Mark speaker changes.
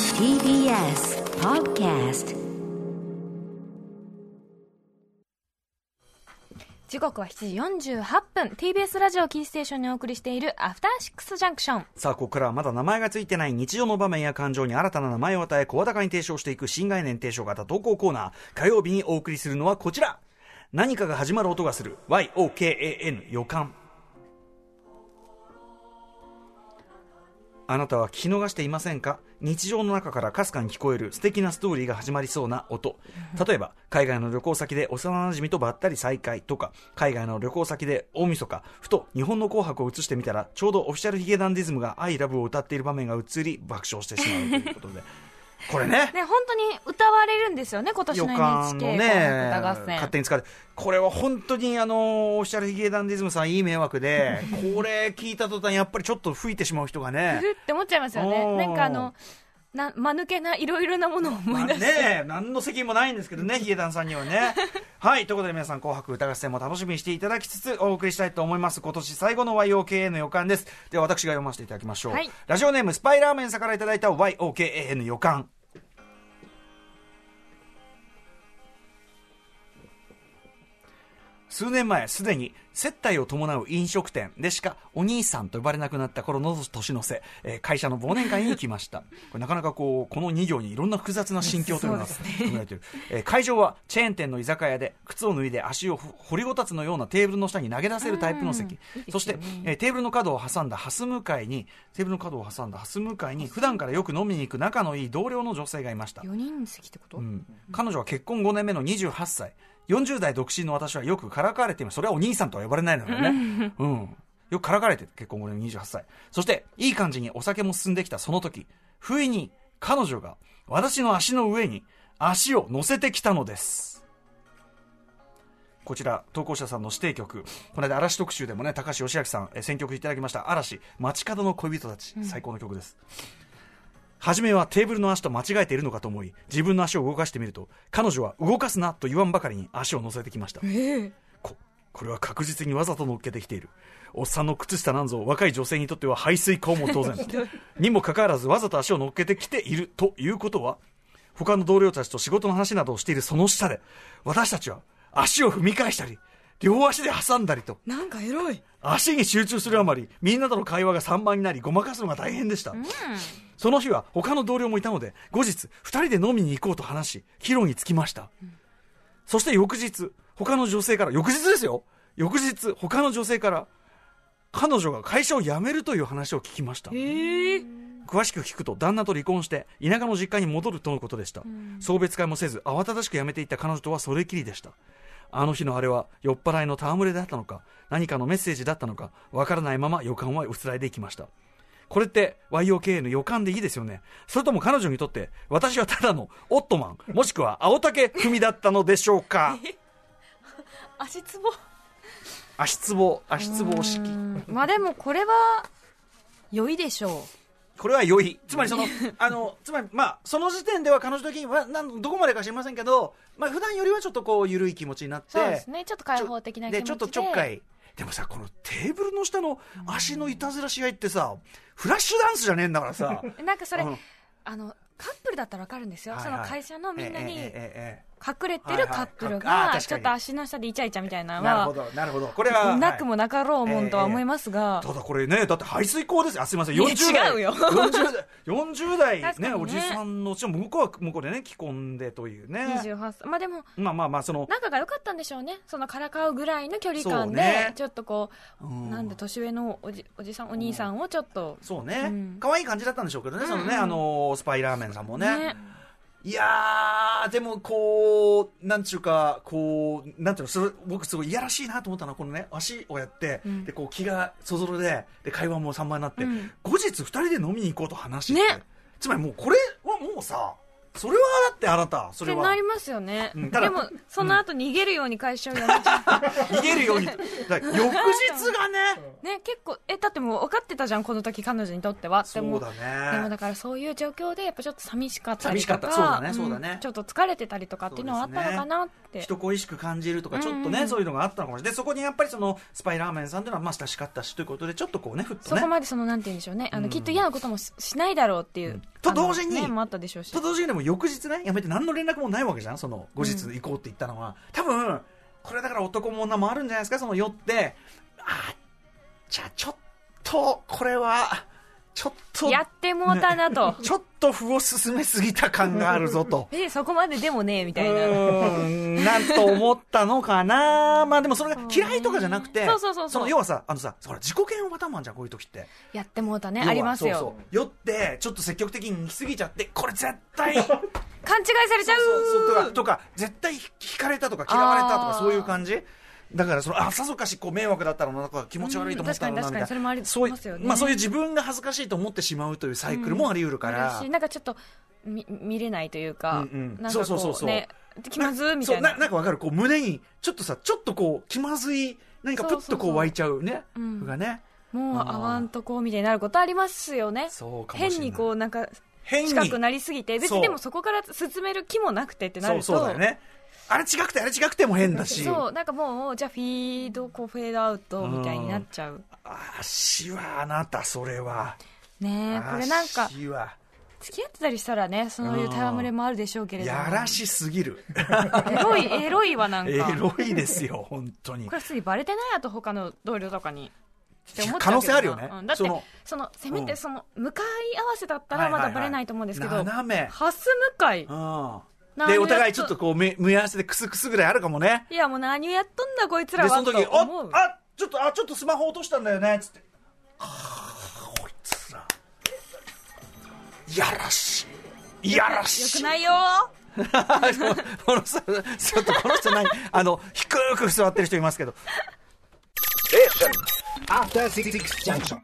Speaker 1: TBS Podcast
Speaker 2: 時刻は7時48分 TBS ラジオキーステーションにお送りしているアフターシックスジャンクション
Speaker 3: さあ、ここからはまだ名前がついてない日常の場面や感情に新たな名前を与え、声高に提唱していく新概念提唱型投稿コーナー。火曜日にお送りするのはこちら。何かが始まる音がする。YOKAN 予感。あなたは聞き逃していませんか日常の中からかすかに聞こえる素敵なストーリーが始まりそうな音。例えば、海外の旅行先で幼馴染とばったり再会とか、海外の旅行先で大晦日、ふと日本の紅白を映してみたら、ちょうどオフィシャルヒゲダンディズムが I love を歌っている場面が映り、爆笑してしまうということで。これね。
Speaker 2: ね本当に歌われるんですよね今年
Speaker 3: 予
Speaker 2: の
Speaker 3: 感
Speaker 2: NHK
Speaker 3: の
Speaker 2: 紅
Speaker 3: ね
Speaker 2: 白歌合、戦
Speaker 3: 勝手に使って、これは本当にあのオフィシャルヒゲダンディズムさん、いい迷惑で、これ聞いた途端、やっぱりちょっと吹いてしまう人がね
Speaker 2: ふ、ふって思っちゃいますよ
Speaker 3: おー
Speaker 2: ねなんかあのな間抜けないろいろなものを思
Speaker 3: まあ
Speaker 2: い出して、
Speaker 3: ね、何の責任もないんですけどね、 ヒゲダンさんにはね。はい、ということで皆さん、紅白歌合戦も楽しみにしていただきつつ、お送りしたいと思います。今年最後の YOKA の予感です。では、私が読ませていただきましょう。
Speaker 2: はい
Speaker 3: ラジオネーム、スパイラーメンさんからいただいた YOKA の予感。数年前すでに接待を伴う飲食店でしかお兄さんと呼ばれなくなった頃の年の瀬、えー会社の忘年会に行きました これなかなかこうこの2行にいろんな複雑な心境というのが含まれている、えー会場はチェーン店の居酒屋で靴を脱いで足をほ掘りごたつのようなテーブルの下に投げ出せるタイプの席、そして、えーテーブルの角を挟んだハス向かいにテーブルの角を挟んだハス向かいに普段からよく飲みに行く仲のいい同僚の女性がいました
Speaker 2: 4人席ってこと、
Speaker 3: うん彼女は結婚5年目の28歳40代独身の私はよくからかわれていますそれはお兄さんとは呼ばれないのよね、うん、よくからかわれてる結婚5年目の28歳そしていい感じにお酒も進んできたその時不意に彼女が私の足の上に足を乗せてきたのですこちら投稿者さんの指定曲この間嵐特集でもね高橋義明さんえ選曲いただきました嵐街角の恋人たち最高の曲です、初めはテーブルの足と間違えているのかと思い自分の足を動かしてみると彼女は動かすなと言わんばかりに足を乗せてきました、ここれは確実にわざと乗っけてきているおっさんの靴下なんぞ若い女性にとっては排水口も当 然にもかかわらずわざと足を乗っけてきているということは他の同僚たちと仕事の話などをしているその下で私たちは足を踏み返したり両足で挟んだりと
Speaker 2: なんかエロい
Speaker 3: 足に集中するあまりみんなとの会話が散漫になりごまかすのが大変でした、その日は他の同僚もいたので後日2人で飲みに行こうと話し帰路に着きました、そして翌日他の女性から翌日ですよ翌日他の女性から彼女が会社を辞めるという話を聞きました、
Speaker 2: ええ
Speaker 3: 詳しく聞くと旦那と離婚して田舎の実家に戻るとのことでした、送別会もせず慌ただしく辞めていった彼女とはそれきりでしたあの日のあれは酔っ払いの戯れだったのか何かのメッセージだったのかわからないまま予感は薄らいでいきましたこれって YOKA の予感でいいですよねそれとも彼女にとって私はただのオットマンもしくは青竹踏みだったのでしょ うか
Speaker 2: 足つぼ
Speaker 3: 足つぼ足つぼ式
Speaker 2: まあでもこれは良いでしょ
Speaker 3: これは良い。つまりその、あの、つまり、まあ、その時点では彼女的には、なんどこまでか知りませんけど、まあ、普段よりはちょっとこう、緩い気持ちになって。
Speaker 2: うそうですねちょっと開
Speaker 3: ちょ
Speaker 2: 放的な気持ち
Speaker 3: で
Speaker 2: で
Speaker 3: ちょっとちょっかい。でもさ、このテーブルの下の足のいたずらし合いってさ、フラッシュダンスじゃねえんだからさ。
Speaker 2: なんかそれ、
Speaker 3: うん
Speaker 2: あのカップルだったらわかるんですよ、
Speaker 3: は い
Speaker 2: そ
Speaker 3: は
Speaker 2: の
Speaker 3: い
Speaker 2: 会社のみんなに
Speaker 3: えええ
Speaker 2: 隠
Speaker 3: ええ
Speaker 2: れてるカップル
Speaker 3: はいはい
Speaker 2: が
Speaker 3: あー確
Speaker 2: ち
Speaker 3: か
Speaker 2: ょ
Speaker 3: に
Speaker 2: っと足の下でイチャイチャみたいな
Speaker 3: え
Speaker 2: の
Speaker 3: なる
Speaker 2: は
Speaker 3: ほど、なるほど。これは。
Speaker 2: なくも
Speaker 3: はい
Speaker 2: なかろうもんとは思いますが、
Speaker 3: ただこれね、だって排水口ですよ。あ、すみません。
Speaker 2: いや
Speaker 3: 40代。
Speaker 2: 違うよ
Speaker 3: 40代、40代ね
Speaker 2: 確かにね
Speaker 3: おじさんの、しかも向こうは向こうでね、既婚でというね。
Speaker 2: 28歳まあでも
Speaker 3: まあまあまあ、その、
Speaker 2: 仲が良かったんでしょうねそのからかうぐらいの距離
Speaker 3: そう
Speaker 2: 感で、
Speaker 3: ね
Speaker 2: ちょっとこう、
Speaker 3: うん
Speaker 2: なんで年上のおじおじさんお兄さんをちょっと、
Speaker 3: そうね
Speaker 2: うん
Speaker 3: 可愛、い感じだったんでしょうけどね、そのね、あのースパイラーメンさんもね
Speaker 2: ね
Speaker 3: いやーでもこうなんちゅうかこうなんていうのそれ僕すごいいやらしいなと思ったのはこのね足をやって、
Speaker 2: うん
Speaker 3: でこう気がそぞろでで会話も散漫になって、
Speaker 2: うん
Speaker 3: 後日二人で飲みに行こうと話して、
Speaker 2: ね
Speaker 3: つまりもうこれはもうさそれはだってあなたそ
Speaker 2: っ
Speaker 3: れ
Speaker 2: て
Speaker 3: は
Speaker 2: なりますよね、
Speaker 3: うんただ
Speaker 2: でもその後逃げるように会社を辞めち ゃう、
Speaker 3: 逃げるようにだから 翌日がね
Speaker 2: ね結構えだってもう分かってたじゃんこの時彼女にとってはで
Speaker 3: そ
Speaker 2: も
Speaker 3: うだ
Speaker 2: でも
Speaker 3: ね
Speaker 2: だからそういう状況でやっぱちょっと寂しかったりと
Speaker 3: 寂
Speaker 2: か
Speaker 3: しかったそうだねそうだね
Speaker 2: んちょっと疲れてたりとかっていうのはあったのかなって、
Speaker 3: 人恋しく感じるとかちょっと
Speaker 2: うんうん
Speaker 3: ね、
Speaker 2: うん
Speaker 3: そういうのがあったのかもしれないでそこにやっぱりそのスパイラーメンさんというのはまあ親しかったしということでちょっとこうねふっと
Speaker 2: そ
Speaker 3: ね
Speaker 2: こまでそのなんて言うんでしょうねあ
Speaker 3: う
Speaker 2: の
Speaker 3: ん
Speaker 2: きっと嫌なこともししないだろうっていう
Speaker 3: と同時に
Speaker 2: あのね、もあったでしょうし
Speaker 3: と同時にでも翌日ねやめて何の連絡もないわけじゃんその後日行こうって言ったのは、多分これだから男も女もあるんじゃないですかその酔ってあじゃあちょっとこれはちょっと
Speaker 2: やってもうたなと、。
Speaker 3: ちょっと歩を進めすぎた感があるぞと
Speaker 2: えそこまででもねみ
Speaker 3: う
Speaker 2: たいな
Speaker 3: ーんなんと思ったのかな、まあでもそれが嫌いとかじゃなくて、
Speaker 2: そうそうそうそう
Speaker 3: の要はさ、あのさ、ほら自己嫌悪パターンあんじゃん、こういう時って。
Speaker 2: やってもうたね
Speaker 3: 要は
Speaker 2: ありますよ
Speaker 3: そうそう酔って、ちょっと積極的に行き過ぎちゃって、これ絶
Speaker 2: 勘
Speaker 3: 対、
Speaker 2: 違いされちゃう
Speaker 3: そうそうとかとか絶対ひ引かれたとか嫌われたと
Speaker 2: あー
Speaker 3: かそういう感じだからそのあさぞかしこう迷惑だったのなんか気持ち悪いと思ったのな
Speaker 2: うん確かに確
Speaker 3: みたいな
Speaker 2: かにそれもあり
Speaker 3: そうい
Speaker 2: ますよね
Speaker 3: まあそういう自分が恥ずかしいと思ってしまうというサイクルもあり得るから、
Speaker 2: だしなんかちょっと見見れないというか、
Speaker 3: うんうん
Speaker 2: なん
Speaker 3: そう
Speaker 2: か
Speaker 3: そうそう
Speaker 2: こ
Speaker 3: そう
Speaker 2: うね気まずみたい
Speaker 3: そ
Speaker 2: な
Speaker 3: うなんかわかるこう胸にちょっとさちょっとこう気まずい何かプッとこう湧いちゃうね
Speaker 2: そうそうそう
Speaker 3: がね
Speaker 2: もう
Speaker 3: あー
Speaker 2: 合わんとこみたいになることありますよね
Speaker 3: そうかもしれない
Speaker 2: 変にこうなんか
Speaker 3: 変に
Speaker 2: 近くなりすぎて別
Speaker 3: そう
Speaker 2: にでもそこから進める気もなくてってなる
Speaker 3: そう
Speaker 2: と
Speaker 3: そうだよねあれ違くてあれ違くても変だし
Speaker 2: そうなんかもうじゃあフィードこうフェードアウトみたいになっちゃう
Speaker 3: 足はあなたそれは
Speaker 2: ねえこれなんか
Speaker 3: 足は
Speaker 2: 付き合ってたりしたらねそういう戯れもあるでしょうけれども
Speaker 3: やらしすぎる
Speaker 2: エロいエロいわなんか
Speaker 3: エロいです よ、本当に
Speaker 2: こ。れ普通にバレてないあと他の同僚とかにって思っちゃうけどな
Speaker 3: 可能性あるよね
Speaker 2: うんだって
Speaker 3: そ
Speaker 2: そ
Speaker 3: の
Speaker 2: のせめ
Speaker 3: うん
Speaker 2: てその向かい合わせだったらまだバレないと思うんですけど、
Speaker 3: はいはいはい斜め。
Speaker 2: ハス向かい
Speaker 3: うん。
Speaker 2: な
Speaker 3: で、お互いちょっとこう、目、目合わせでクスクスぐらいあるかもね。
Speaker 2: いやもう何をやっとんだこいつら
Speaker 3: で、
Speaker 2: は
Speaker 3: その時、
Speaker 2: と思
Speaker 3: お
Speaker 2: う
Speaker 3: あ、ちょっと、あ、ちょっとスマホ落としたんだよね、つって。はぁ、こいつら。いやらしい。いやら
Speaker 2: よ
Speaker 3: し
Speaker 2: く
Speaker 3: い。
Speaker 2: ないよ
Speaker 3: この人、ちょっとこの人何、あの、低く座ってる人いますけど。
Speaker 4: After Six Junction.